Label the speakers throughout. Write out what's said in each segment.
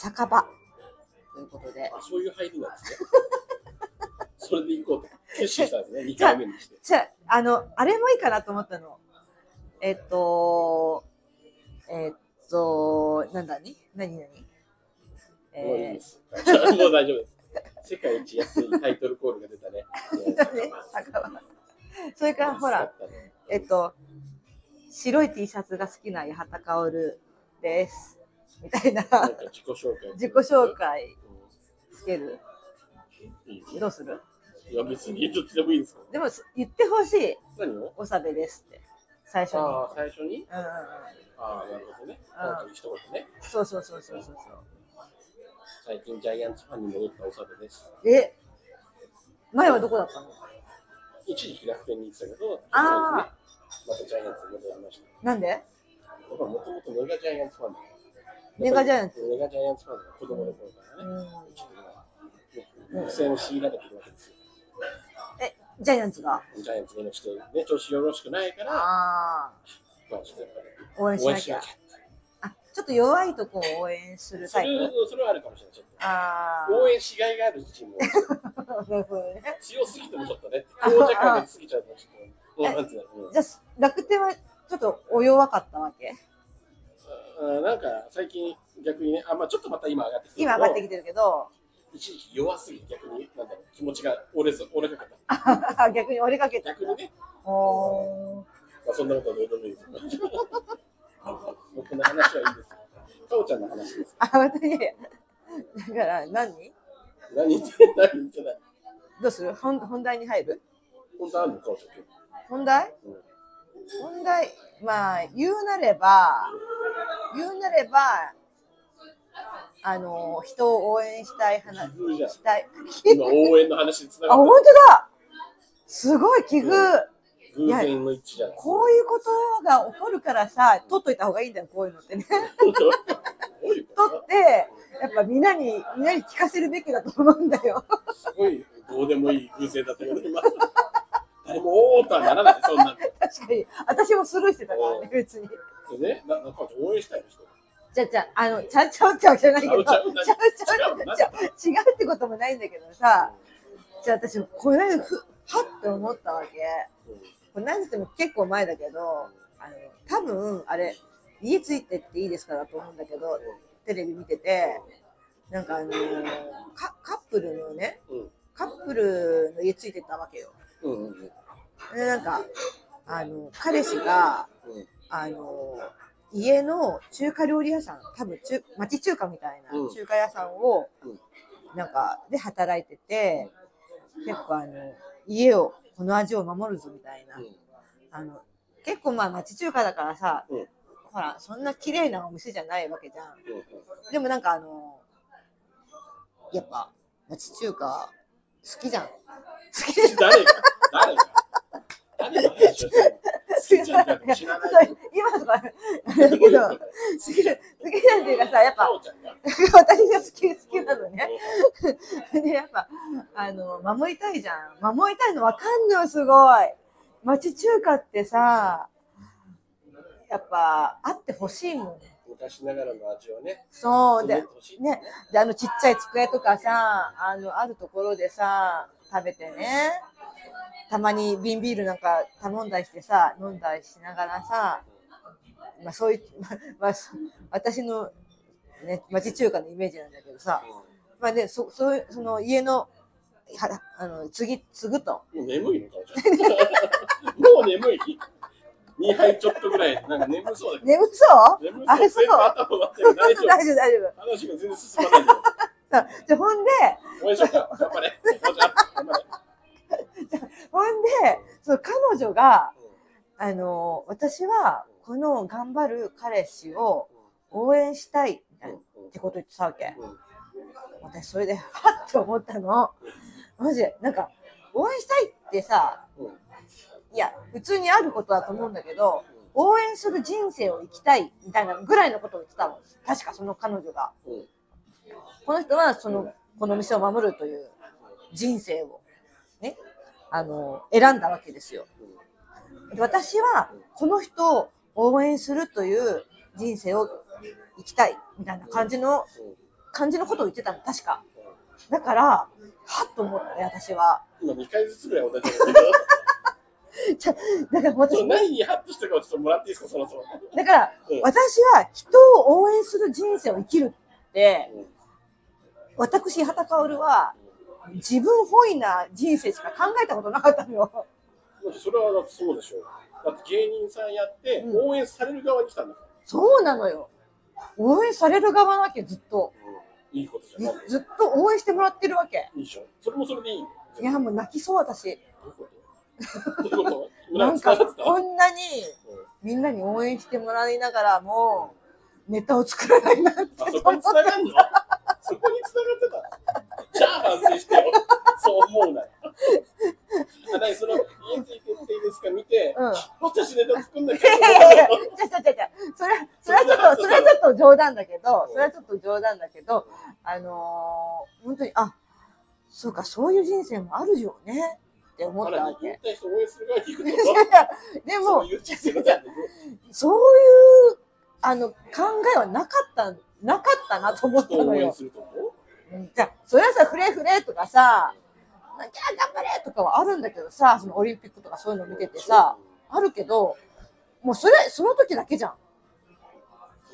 Speaker 1: 酒場ということで
Speaker 2: あ、そういう配分なん ですね。それで行こうと決心したんですね。二
Speaker 1: じゃあ
Speaker 2: 回目にして。
Speaker 1: じゃあ、あの、あれもいいかなと思ったの。えっと、えっと、なんだに何何
Speaker 2: もういい
Speaker 1: え
Speaker 2: です。 もう大丈夫です。世界一安いタイトルコールが出たね。
Speaker 1: ー、ね、酒場。それからほら、。えっと、白い T シャツが好きな八幡薫です。みたいな
Speaker 2: なんか自己紹介。
Speaker 1: 自己紹。介つける。
Speaker 2: いい
Speaker 1: どうする
Speaker 2: いや別にどっちでもいいんですか。
Speaker 1: でも言ってほしい。
Speaker 2: 何を？
Speaker 1: おさべですって。最初に。
Speaker 2: ああ最初に。
Speaker 1: うんうんうん。
Speaker 2: ああなるほどね。
Speaker 1: ん
Speaker 2: なんか一言ね。
Speaker 1: そうそうそうそうそうそう。
Speaker 2: 最近ジャイアンツファンに戻ったおさべです。
Speaker 1: え前はどこだったの
Speaker 2: 一時期楽天に行ってたけど、
Speaker 1: あ
Speaker 2: またジャイアンツに戻りました。
Speaker 1: なんで
Speaker 2: 僕はもともとメガジャイアンツファンだから
Speaker 1: メガジャイアンツ
Speaker 2: メガジャイアンツファンだから子供の頃からね。
Speaker 1: うん
Speaker 2: ちょっと今、ね、苦戦を強いられてるわけですよ。
Speaker 1: え、ジャイアンツが
Speaker 2: ジャイアンツが今ちょっとね、調子よろしくないから、まあ
Speaker 1: あ
Speaker 2: ちょっとやっ
Speaker 1: あ、応
Speaker 2: ぱ
Speaker 1: 援
Speaker 2: り
Speaker 1: し
Speaker 2: 応援
Speaker 1: な
Speaker 2: し
Speaker 1: き
Speaker 2: な
Speaker 1: ゃ
Speaker 2: き。ゃ。
Speaker 1: あ、ちょっと弱いとこを応援する
Speaker 2: そ
Speaker 1: タイ
Speaker 2: れ
Speaker 1: プ
Speaker 2: それはあるかもしれない。ちょっ
Speaker 1: あ
Speaker 2: と応援しがいがあるチームを
Speaker 1: あ、なるほどね。
Speaker 2: 強すぎてもちょっとね、強弱感が過ぎちゃうとちょっと、なんていう の
Speaker 1: じゃあ、楽天はちょっとお弱かったわけ
Speaker 2: うんなんか最近逆にね、あまあ、ちょっとまた今上がってきてる
Speaker 1: 今上がってきてるけど、
Speaker 2: 一時期弱すぎて逆になんだろう気持ちが折れず折れかかった。
Speaker 1: あ逆に俺かけた。
Speaker 2: 逆にね、
Speaker 1: おー
Speaker 2: まあ、そんなことはどうでもいいです。僕の話はいいですよ。かおちゃんの話です。
Speaker 1: あ、私、だから何
Speaker 2: 何言って何言ってない。
Speaker 1: どうする本本題に入る
Speaker 2: 本当あるのかおちゃん今
Speaker 1: 本題
Speaker 2: 日。うん
Speaker 1: 問題まあ言うなれば言うなればあの人を応援したい話
Speaker 2: 奇遇じゃん
Speaker 1: したい
Speaker 2: 今応援の話につな
Speaker 1: あ
Speaker 2: がっ
Speaker 1: 本
Speaker 2: て
Speaker 1: 当だすごい奇遇、
Speaker 2: る偶然の一致じゃない。
Speaker 1: こういうことが起こるからさ取っといた方がいいんだよこういうのってね
Speaker 2: どういうこ
Speaker 1: 取
Speaker 2: と
Speaker 1: ってやっぱみんなにみんなに聞かせるべきだと思うんだよ
Speaker 2: すごいどうでもいい偶然だったけど今。誰もおーとはならないそんなんで。
Speaker 1: 確かに私もスルーしてたからね別に
Speaker 2: でね、ななんか応援したい人。
Speaker 1: じゃあじゃああのちゃうちゃうちゃうじゃないけどちゃう
Speaker 2: ち
Speaker 1: ちゃ
Speaker 2: ゃ
Speaker 1: う
Speaker 2: う
Speaker 1: ち
Speaker 2: ち
Speaker 1: ゃ
Speaker 2: ゃ
Speaker 1: うちゃう違うってこともないんだけどさじゃあ私この間ふはって思ったわけ
Speaker 2: うんうん
Speaker 1: これ何しても結構前だけどあの多分あれ家ついてっていいですかだと思うんだけどテレビ見ててなんかあのカカップルのね
Speaker 2: うん
Speaker 1: カップルの家ついてったわけよ
Speaker 2: うんうんうん
Speaker 1: でなんかあの彼氏があの家の中華料理屋さん多分中町中華みたいな
Speaker 2: うん
Speaker 1: 中華屋さんを、
Speaker 2: うん
Speaker 1: なんかで働いてて、結構あの家をこの味を守るぞみたいな、
Speaker 2: うん
Speaker 1: あの結構まあ町中華だからさ、
Speaker 2: うん
Speaker 1: ほらそんな綺麗なお店じゃないわけじゃん
Speaker 2: うんうん
Speaker 1: でもなんかあのやっぱ町中華好きじゃん好きじゃん
Speaker 2: 誰が誰が誰の話をしてる好きじゃんか知らな いよ。
Speaker 1: 今とかあれだけど好き好きなんていうかさやっぱ
Speaker 2: かおちゃんが。
Speaker 1: 私が好き好きなのね。でやっぱあの守りたいじゃん守りたいのわかんのよすごい町中華ってさやっぱあってほしいもん
Speaker 2: 昔ながらの味をね。
Speaker 1: そうで
Speaker 2: 覚えてほしい
Speaker 1: ねであのちっちゃい机とかさあのあるところでさ食べてねたまに瓶ビールなんか頼んだりしてさ飲んだりしながらさ、まあ、そういう、まあ、私の、ね、町中華のイメージなんだけどさ、まあね、そそういうその家のはあの次継ぐと
Speaker 2: もう眠いのかおちゃん。もう眠い。二杯ちょっとぐらいなんか眠そうだけ
Speaker 1: 眠そう
Speaker 2: ど。眠
Speaker 1: あ
Speaker 2: そ
Speaker 1: れ
Speaker 2: う。
Speaker 1: そう
Speaker 2: 全部頭割ってる。大丈 夫。
Speaker 1: 大丈夫大丈夫
Speaker 2: 話が全然進まないんだよ。
Speaker 1: そうじゃあほんで
Speaker 2: 応援しようか。頑張れ。おちゃん頑張れ。
Speaker 1: ほんでその彼女があの私はこの頑張る彼氏を応援したいみたいなってこと言ってたわけ
Speaker 2: うんうん
Speaker 1: 私それでは っと思ったのマジでなんか応援したいってさ
Speaker 2: うんうん
Speaker 1: いや普通にあることだと思うんだけど応援する人生を生きたいみたいなぐらいのことを言ってたの確かその彼女が。
Speaker 2: うん
Speaker 1: この人はそのこの店を守るという人生をねあの選んだわけですよ。で私はこの人を応援するという人生を生きたいみたいな感じの
Speaker 2: う
Speaker 1: 感じのことを言ってたの、確か。だから、はっと思ったね、私は。
Speaker 2: 今2回ずつぐらい同じこと言ってた
Speaker 1: じゃだから私
Speaker 2: ちょっと、何にハッとしたかをちょっともらっていいですか、そろそろ。
Speaker 1: だから
Speaker 2: うん、
Speaker 1: 私は人を応援する人生を生きるって、私、畑薫は、自分本位な人生しか考えたことなかったのよ。
Speaker 2: だってそれはだってそうでしょう。だって芸人さんやって、
Speaker 1: うん
Speaker 2: 応援される側に来たんだから。
Speaker 1: そうなのよ。応援される側なわけ、ずっと。
Speaker 2: いいことじゃ
Speaker 1: ず
Speaker 2: ない。
Speaker 1: ずっと応援してもらってるわけ。
Speaker 2: いいでしょ。それもそれでいい よ。
Speaker 1: いや、もう泣きそう、私。
Speaker 2: どういうことどういうこと
Speaker 1: な
Speaker 2: 村
Speaker 1: ん
Speaker 2: に伝
Speaker 1: か、
Speaker 2: わってた
Speaker 1: こんなに
Speaker 2: うん
Speaker 1: みんなに応援してもらいながらも、ネタを作らないなんて。
Speaker 2: あそこに繋が るのそこに繋がってたじゃあ反省してよ。そう思うなら。あ、何その、家ついてっていいですか見て、
Speaker 1: うん。
Speaker 2: 私ネタ作んなきゃ
Speaker 1: いやいやいや、ちゃちゃちゃちゃ、それは、それはちょっと、それはちょっと冗談だけど、それはちょっと冗談だけど、あのー、本当に、あ、そうか、そういう人生もあるよね、って思
Speaker 2: あ
Speaker 1: った
Speaker 2: ら、
Speaker 1: わ
Speaker 2: 引退
Speaker 1: け。
Speaker 2: して応援する側に行
Speaker 1: い
Speaker 2: く
Speaker 1: やい
Speaker 2: の
Speaker 1: や で
Speaker 2: そう
Speaker 1: も、
Speaker 2: いう人生なんで。
Speaker 1: そういう、あの、考えはなかった、なかったなと思った
Speaker 2: 応
Speaker 1: の
Speaker 2: 援
Speaker 1: よ。
Speaker 2: すると思
Speaker 1: うんじゃあそれはさ、フレフレとかさ、なんかあ頑張れとかはあるんだけどさ、そのオリンピックとかそういうの
Speaker 2: う
Speaker 1: 見ててさ、。あるけど、もうそれ、その時だけじゃん。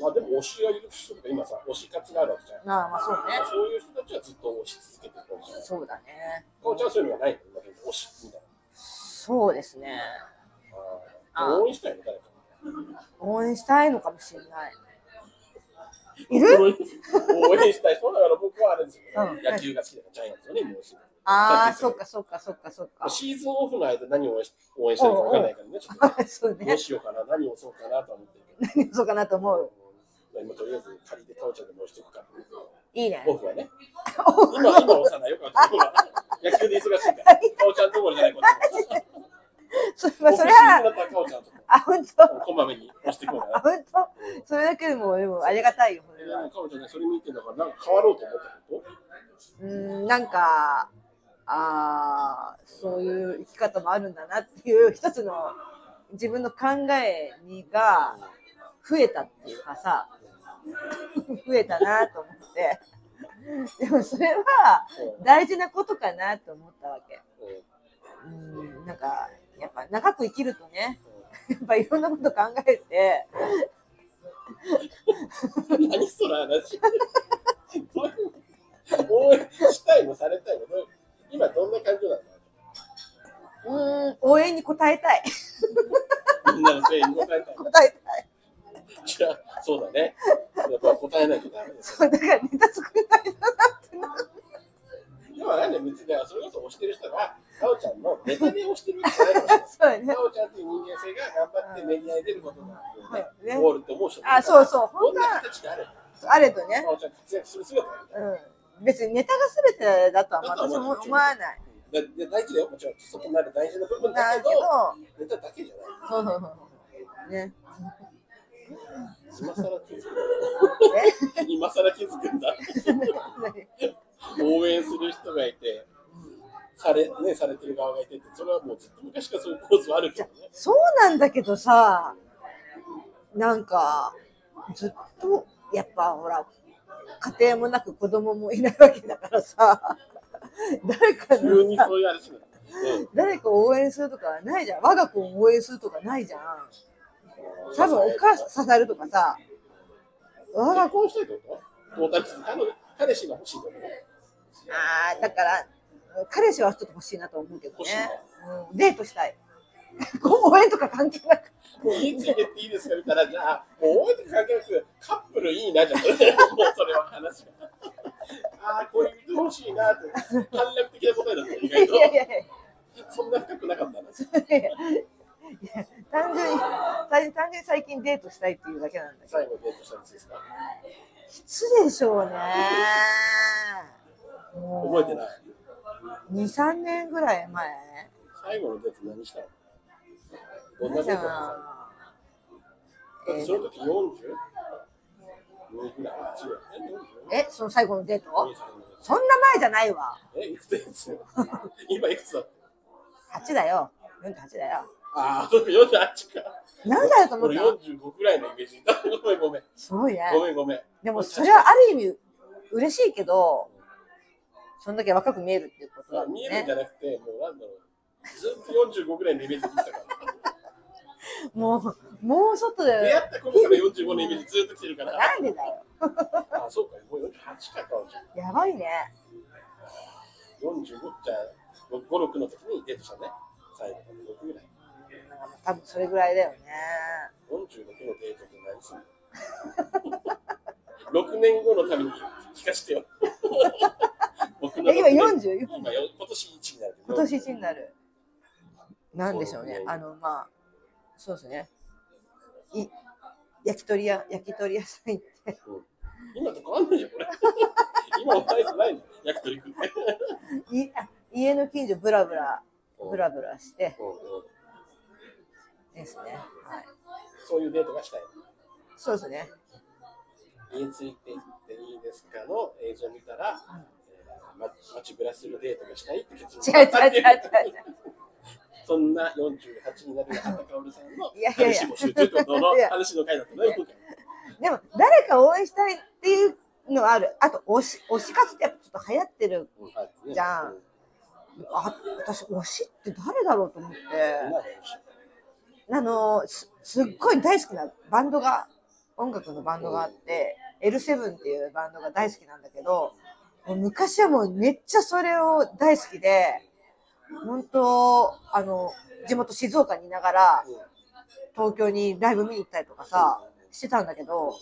Speaker 2: まあでも推しがいる人とか今さ、推し活があるわけじゃん。
Speaker 1: なあ、まあそうね。
Speaker 2: そういう人たちはずっと推し続けてるかもしれない。
Speaker 1: そうだね。
Speaker 2: こうちゃんはそういうのがないんだけど、推しみたい
Speaker 1: そうですね。
Speaker 2: な。
Speaker 1: あー
Speaker 2: 応援したいの誰か。
Speaker 1: 応援したいのかもしれない。いる
Speaker 2: 応援したい人だから僕はあれですよ、ね
Speaker 1: うん
Speaker 2: 野球が好きだからジャイアンツをね、もうし
Speaker 1: ああ、
Speaker 2: さ
Speaker 1: そ
Speaker 2: っ
Speaker 1: っ
Speaker 2: き
Speaker 1: かそっかそっかそっか。
Speaker 2: シーズンオフの間何を応援し応援したいか分からないからね、ちょっとね、
Speaker 1: そう
Speaker 2: どう
Speaker 1: ね。
Speaker 2: しようかな、何をそうかなと思ってるけど、
Speaker 1: そうかなと思う。
Speaker 2: 今とりあえず借りて、かおちゃんでも押していくか、
Speaker 1: いいね。
Speaker 2: オフ はね、今、今押さないよ、かおちゃんは、野球で忙しいから、かおちゃんどころじゃない、こっちも
Speaker 1: そまあ、そ
Speaker 2: オフシ
Speaker 1: れ
Speaker 2: ーズン
Speaker 1: は、
Speaker 2: だったらかおちゃんとこ
Speaker 1: あ、本当
Speaker 2: こまめに押していこうか
Speaker 1: あ、
Speaker 2: な。
Speaker 1: 本当それだけでも、でもありがたいよ、そ
Speaker 2: で
Speaker 1: れは
Speaker 2: も。かおちゃんね、それ見てんだから、なんか変わろうと思ったこと
Speaker 1: うーん、なんか、あーそういう生き方もあるんだなっていう一つの自分の考えにが増えたっていうかさ、 増えたなと思って。 でもそれは大事なことかなと思ったわけ。
Speaker 2: うんうん
Speaker 1: うん、なんか、やっぱ長く生きるとね、 やっぱいろんなこと考えて、
Speaker 2: 何その話 応援したいもされたいもどう今どんな感情な
Speaker 1: うーん、応援に応えたい。
Speaker 2: のみんなの声援に応えたい
Speaker 1: 応えたい。
Speaker 2: じゃあそうだねやっぱ答えないとダメです
Speaker 1: そう、だからネタ作んないとなってな
Speaker 2: 今なんで別にそれこそ推してる人がかおちゃんのネタで推してるわけじゃないかもしれな い
Speaker 1: そうだね。
Speaker 2: かおちゃんっていう人間性が頑張ってメディアに出ることが
Speaker 1: はいね
Speaker 2: ゴールって思う人もいるから
Speaker 1: あ、そうそう、
Speaker 2: ど
Speaker 1: 本
Speaker 2: ん
Speaker 1: 当
Speaker 2: な
Speaker 1: は
Speaker 2: 形であれば
Speaker 1: あれとね、
Speaker 2: かおちゃん活躍する姿が
Speaker 1: うん、別にネタが全てだとは私も思わない。
Speaker 2: だだ大事だよもちろん基礎となる大事な部分
Speaker 1: だ
Speaker 2: だ
Speaker 1: け
Speaker 2: け
Speaker 1: ど
Speaker 2: ど、ネタだけじゃない
Speaker 1: そうそうそう。ね。
Speaker 2: 今更気づく
Speaker 1: え
Speaker 2: 今更気づくんだ応援する人がいてされ,、ね、されてる側がいてってそれはもうずっと昔からそういう構図はあるけどね
Speaker 1: そうなんだけどさ、なんか、ずっと、やっぱほら、家庭もなく子供もいないわけだからさ、 誰か
Speaker 2: 急
Speaker 1: の
Speaker 2: に
Speaker 1: さ
Speaker 2: そういう話になって、うん
Speaker 1: 誰かを応援するとかはないじゃん。我が子を応援するとかないじゃん。多分お母さん支えるとかさ、我が
Speaker 2: 結婚したいってこと友達彼女彼氏が欲しいってこと
Speaker 1: ああ、だから、彼氏はちょっと欲しいなと思うけど
Speaker 2: 欲しいね
Speaker 1: ね。うん、デートしたい。応援とか関係なく。
Speaker 2: もう家ついてっていいですかみたいなじゃあもう覚えて関係なくカップルいいなじゃんもうそれは話がああこういう人欲しいなって短絡的な答えだったよ意
Speaker 1: いや
Speaker 2: 外
Speaker 1: い
Speaker 2: と
Speaker 1: やいやい
Speaker 2: そんな深くなかった
Speaker 1: や。
Speaker 2: な
Speaker 1: 単純に、単単純に最近デートしたいっていうだけなんだけど。
Speaker 2: 最後にデートしたんですか
Speaker 1: いつでしょうね。
Speaker 2: 覚えて
Speaker 1: い。
Speaker 2: ない
Speaker 1: 2、3年ぐらい前
Speaker 2: 最後のデート何したのどんな
Speaker 1: 何
Speaker 2: デ
Speaker 1: だ
Speaker 2: ー
Speaker 1: ろ
Speaker 2: ト
Speaker 1: うな
Speaker 2: だったのだってその時 40? ぐらい
Speaker 1: えーえ、その最後のデート
Speaker 2: 40?
Speaker 1: そんな前じゃないわ。
Speaker 2: え、いくつです 今いくつだ
Speaker 1: 8だよ。48だよ。
Speaker 2: ああ、そっか、48か。
Speaker 1: 何歳だと思っ
Speaker 2: 俺
Speaker 1: た
Speaker 2: 45くらいのイメージだった。ごめんごめん。
Speaker 1: すごいね。
Speaker 2: ごめんごめん。
Speaker 1: でもそれはある意味嬉しいけど、そんだけ若く見えるっていうこと
Speaker 2: ま
Speaker 1: だ
Speaker 2: あ
Speaker 1: もん
Speaker 2: 見えるん
Speaker 1: ね
Speaker 2: じ。ゃなくて、もうなんだろう。ずっと45ぐらいのイメージでしたから。
Speaker 1: もう、もうちょっとだ
Speaker 2: 出
Speaker 1: よ。
Speaker 2: 会った頃から45のイメージずっと来てるから。
Speaker 1: なんでだよ。
Speaker 2: あ、そうか、もう48かじゃん。
Speaker 1: やばいね。
Speaker 2: 45じゃあ、5、6の時にデートしたね。最後の6ぐらい。
Speaker 1: なんかもう多分それぐらいだよね。
Speaker 2: 46のデートって何する の ?6 年後のために聞かせてよ。 僕の
Speaker 1: え、
Speaker 2: 六
Speaker 1: 今
Speaker 2: 年
Speaker 1: 40、
Speaker 2: 今よ今年1になるけど。
Speaker 1: 今年1になる。なんでしょうね
Speaker 2: う。ん
Speaker 1: あの、まあ、そうですね。い焼き鳥屋、焼き鳥屋さん行って。
Speaker 2: 今と変わんないよ、これ。 今も大差ないの。焼き鳥食って。
Speaker 1: いあ家の近所ブラブラ、ブラブラして
Speaker 2: うんうん
Speaker 1: ですね。はい。
Speaker 2: そういうデートがしたい。
Speaker 1: そうですね。
Speaker 2: 家ついて行っていいですかの映像を見たら、
Speaker 1: ん
Speaker 2: えーま、街ぶらするデートがしたいって結
Speaker 1: 違う
Speaker 2: 論
Speaker 1: 違う違う違
Speaker 2: そんな48になる畑薫さんの
Speaker 1: いやいやいや
Speaker 2: 話も集中ってことの
Speaker 1: いや
Speaker 2: 話の回だったね、今回。
Speaker 1: う。でも、誰か応援したいっていうのはある。あと、推し、推し活ってやっぱちょっと流行ってる。
Speaker 2: うんはい
Speaker 1: じゃあ
Speaker 2: うん
Speaker 1: あ、私、推しって誰だろうと思って。
Speaker 2: 今の話
Speaker 1: あのすすっごい大好きなバンドが音楽のバンドがあって、L7 っていうバンドが大好きなんだけどもう昔はもうめっちゃそれを大好きで本当あの地元静岡にいながら東京にライブ見に行ったりとかさしてたんだけど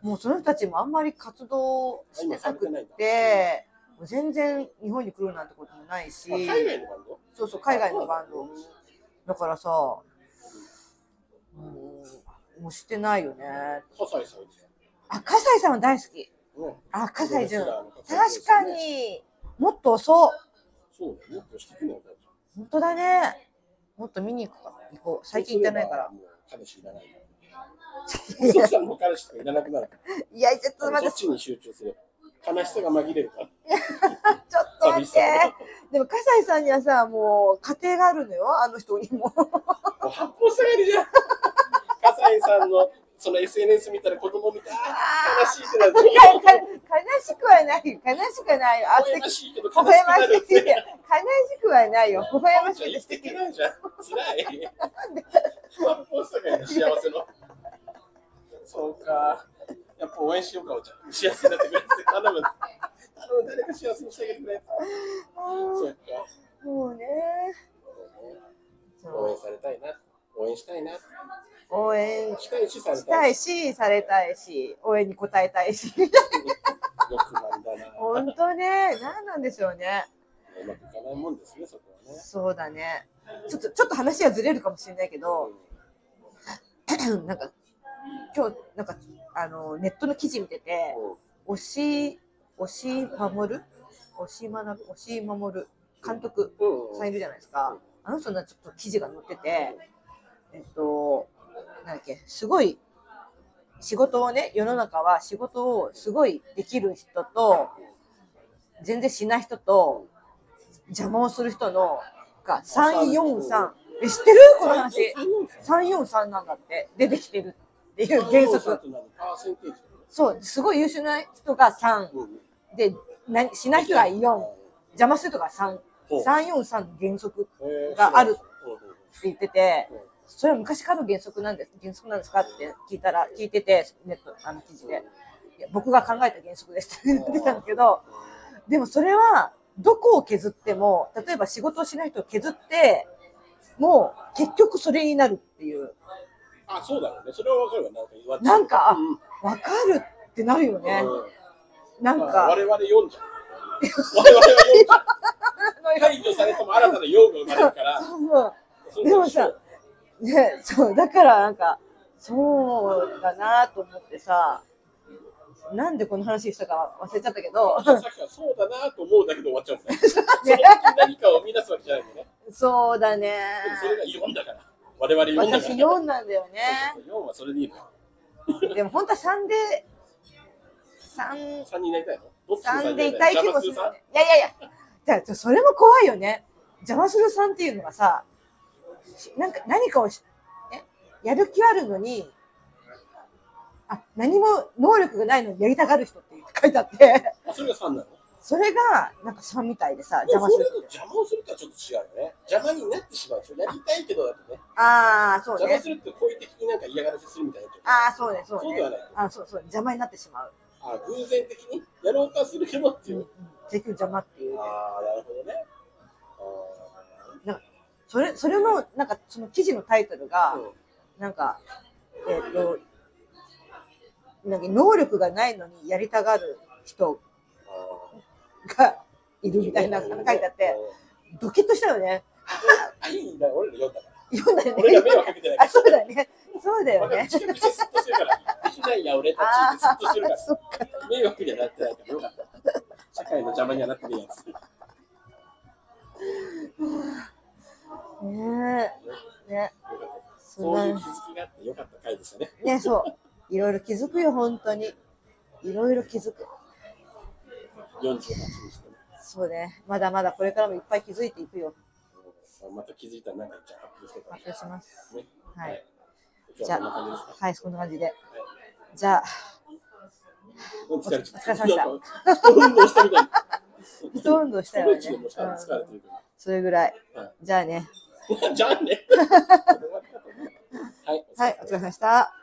Speaker 1: もうその人たちもあんまり活動してなくってもう全然日本に来るなんてこともないし
Speaker 2: うんあ海外のバンド
Speaker 1: そうそう海外のバンド。だからさ、うん、もうしてないよね。
Speaker 2: 葛西さんじ
Speaker 1: あ、葛西さんは大好き。
Speaker 2: ゃんうん。
Speaker 1: あ、葛西潤。確
Speaker 2: 確
Speaker 1: か。に、もっと遅う。
Speaker 2: そうだよ、もっとしてくれよ
Speaker 1: 本当だね。もっと見に行くか。行こう。最近行ってないから。。
Speaker 2: もう彼氏いらないから。
Speaker 1: いや
Speaker 2: そうしたらもう彼氏とかいらな くなるから。
Speaker 1: いや、ちょっと待
Speaker 2: そ
Speaker 1: っ、
Speaker 2: ってちに集中する。悲しさが紛れるから。
Speaker 1: ちょっと待
Speaker 2: 寂
Speaker 1: っ
Speaker 2: しさ
Speaker 1: て。
Speaker 2: と。
Speaker 1: でも、葛西さんにはさ、もう、家庭があるのよ。あの人にも。
Speaker 2: もう八方下がりじゃん。 笠井さんのその SNS 見たら子供見て、ああ、悲しいってなる。
Speaker 1: かか悲しくはない。悲しくはないよ。あ、
Speaker 2: 微
Speaker 1: 素敵。
Speaker 2: 笑ましいけど
Speaker 1: 微
Speaker 2: 悲し
Speaker 1: 笑
Speaker 2: く
Speaker 1: ま
Speaker 2: な
Speaker 1: し
Speaker 2: るっ
Speaker 1: い。いや悲
Speaker 2: て。
Speaker 1: しくはないよ。微笑ましい
Speaker 2: 生
Speaker 1: で
Speaker 2: き
Speaker 1: す。
Speaker 2: ていけないじゃん。 辛い。八方下がりの幸せの。そうか。やっぱ応援しようかおちゃん。幸せになって くれって頼む。頼む、誰か幸せにしてあげてくれ。
Speaker 1: あ
Speaker 2: そ
Speaker 1: ー
Speaker 2: うか。
Speaker 1: もうね。そう
Speaker 2: 応援されたいな。応援したいな。
Speaker 1: 応援
Speaker 2: したいし、され
Speaker 1: した
Speaker 2: たい
Speaker 1: い
Speaker 2: し。
Speaker 1: し、されたいし、応援に応えたいし。
Speaker 2: 欲望だな。う
Speaker 1: 本当ね、何なんでしょうね。
Speaker 2: まくいかないもんですね、そこはね。
Speaker 1: そうだね。ちょっと、ちょっと話はずれるかもしれないけど、 なんか、今日、なんか、あの、ネットの記事見てて、押し、押し守る押し学ぶ、押し守る監督
Speaker 2: うん
Speaker 1: さんいるじゃないですか。あの人のちょっと記事が載ってて、えっと、なんだっけ、すごい、仕事をね、世の中は仕事をすごいできる人と、全然しない人と、邪魔をする人の、が、3、4、3。え、知ってるこの話。3、4、3なんだって。出てきてるっていう原則。。
Speaker 2: パーセンテージ。
Speaker 1: そう、すごい優秀な人が3。で、なしない人が4。邪魔する人が3。3、4、3の原則って言ってて、それは昔からの原則なんです原則なんですかって聞いたら聞いててネットあの記事でいや僕が考えた原則ですって言ってたんだけどでもそれはどこを削っても例えば仕事をしない人を削ってもう結局それになるっていう
Speaker 2: あ、そうだろうね。それはわかるわ。なんか言
Speaker 1: な
Speaker 2: わ
Speaker 1: んかあ分かるってなるよねなんか
Speaker 2: 我々4じゃん。我々は4
Speaker 1: あ
Speaker 2: 解除されても新たな用が生まれ るから。
Speaker 1: のでもさ、ね、そう、だからなんか、そうだなと思ってさ、なんでこの話したか忘れちゃったけど、
Speaker 2: さっきはそうだなと思うだけで終わっち ゃうんだよ。何かを生み出すわけじゃないよね。
Speaker 1: そうだね。
Speaker 2: それが4だから。我々4だから。
Speaker 1: 私4なんだよね。
Speaker 2: 4はそれでいいの。
Speaker 1: でも本当は3で、3、
Speaker 2: 3になりたいのどっちの
Speaker 1: 3
Speaker 2: 三
Speaker 1: で
Speaker 2: に
Speaker 1: い
Speaker 2: な
Speaker 1: たい
Speaker 2: り
Speaker 1: 気
Speaker 2: の
Speaker 1: もする、ね。いやいやいや、だからそれも怖いよね。邪魔する3っていうのがさ、しなんか何かをし、ね、やる気あるのに、あ、何も能力がないのにやりたがる人って書いてあって、
Speaker 2: あ、それが3なの
Speaker 1: それが、なんか3みたいでさ、
Speaker 2: で
Speaker 1: 邪
Speaker 2: も
Speaker 1: 魔す
Speaker 2: そ
Speaker 1: る
Speaker 2: れの。邪魔をするとはちょっと違うよね。邪魔になってしまうでしょ。やりたいけどだとね。
Speaker 1: ああ、そう
Speaker 2: 邪魔
Speaker 1: ね
Speaker 2: す。るって好意的になんか嫌がらせするみたいな。
Speaker 1: ああ、そうね、そう
Speaker 2: そうでは
Speaker 1: ね。
Speaker 2: ない。
Speaker 1: あそうそう、邪魔になってしまう。
Speaker 2: あ、偶然的にやろうとはするけどって
Speaker 1: う
Speaker 2: い
Speaker 1: んう。
Speaker 2: うん
Speaker 1: 結局邪魔っていうね。
Speaker 2: ああ、なるほどね。
Speaker 1: それ、それの、なんか、その記事のタイトルが
Speaker 2: あー、うん
Speaker 1: なんか、えっ、と、なんか能力がないのにやりたがる人
Speaker 2: あ
Speaker 1: がい
Speaker 2: ー
Speaker 1: るみたいなのが書いてあって、。ドキッとしたよね。
Speaker 2: あ、いいんだよ。俺ら読んだから。
Speaker 1: 読んだよ
Speaker 2: 俺が迷惑
Speaker 1: ね。
Speaker 2: かけてないから
Speaker 1: あ、。そうだね。そうだよ
Speaker 2: 俺が
Speaker 1: ね
Speaker 2: め。ちゃくちゃスッとしてるから。できないや、俺たちってスッとしてるから。
Speaker 1: そっか。
Speaker 2: 迷惑にはなってないけどよかった。社会の邪魔にはなってるやつ。
Speaker 1: ねえ。ね。
Speaker 2: そういう気づ
Speaker 1: そ
Speaker 2: きがあってよかった回でしたね。
Speaker 1: うね、そう。いろいろ気づくよ、本当に。いろいろ気づく。
Speaker 2: 48にしてね。
Speaker 1: そうね。まだまだこれからもいっぱい気づいていくよ。
Speaker 2: うんまた気づいたらなんかじゃあ発表してたら
Speaker 1: 発表します。
Speaker 2: ね。
Speaker 1: はい。。
Speaker 2: 今日はこんな感じですか。
Speaker 1: はい、そんな感じで。じゃあ、
Speaker 2: お疲れちゃった。
Speaker 1: お疲れ様でした
Speaker 2: なんか運動したみたい。
Speaker 1: 一運動したよね。
Speaker 2: ストレッチでもしたら疲れてるけど
Speaker 1: それぐらい
Speaker 2: はい。
Speaker 1: じゃあね。
Speaker 2: じゃあね。はい。
Speaker 1: はい、お疲れ様でした。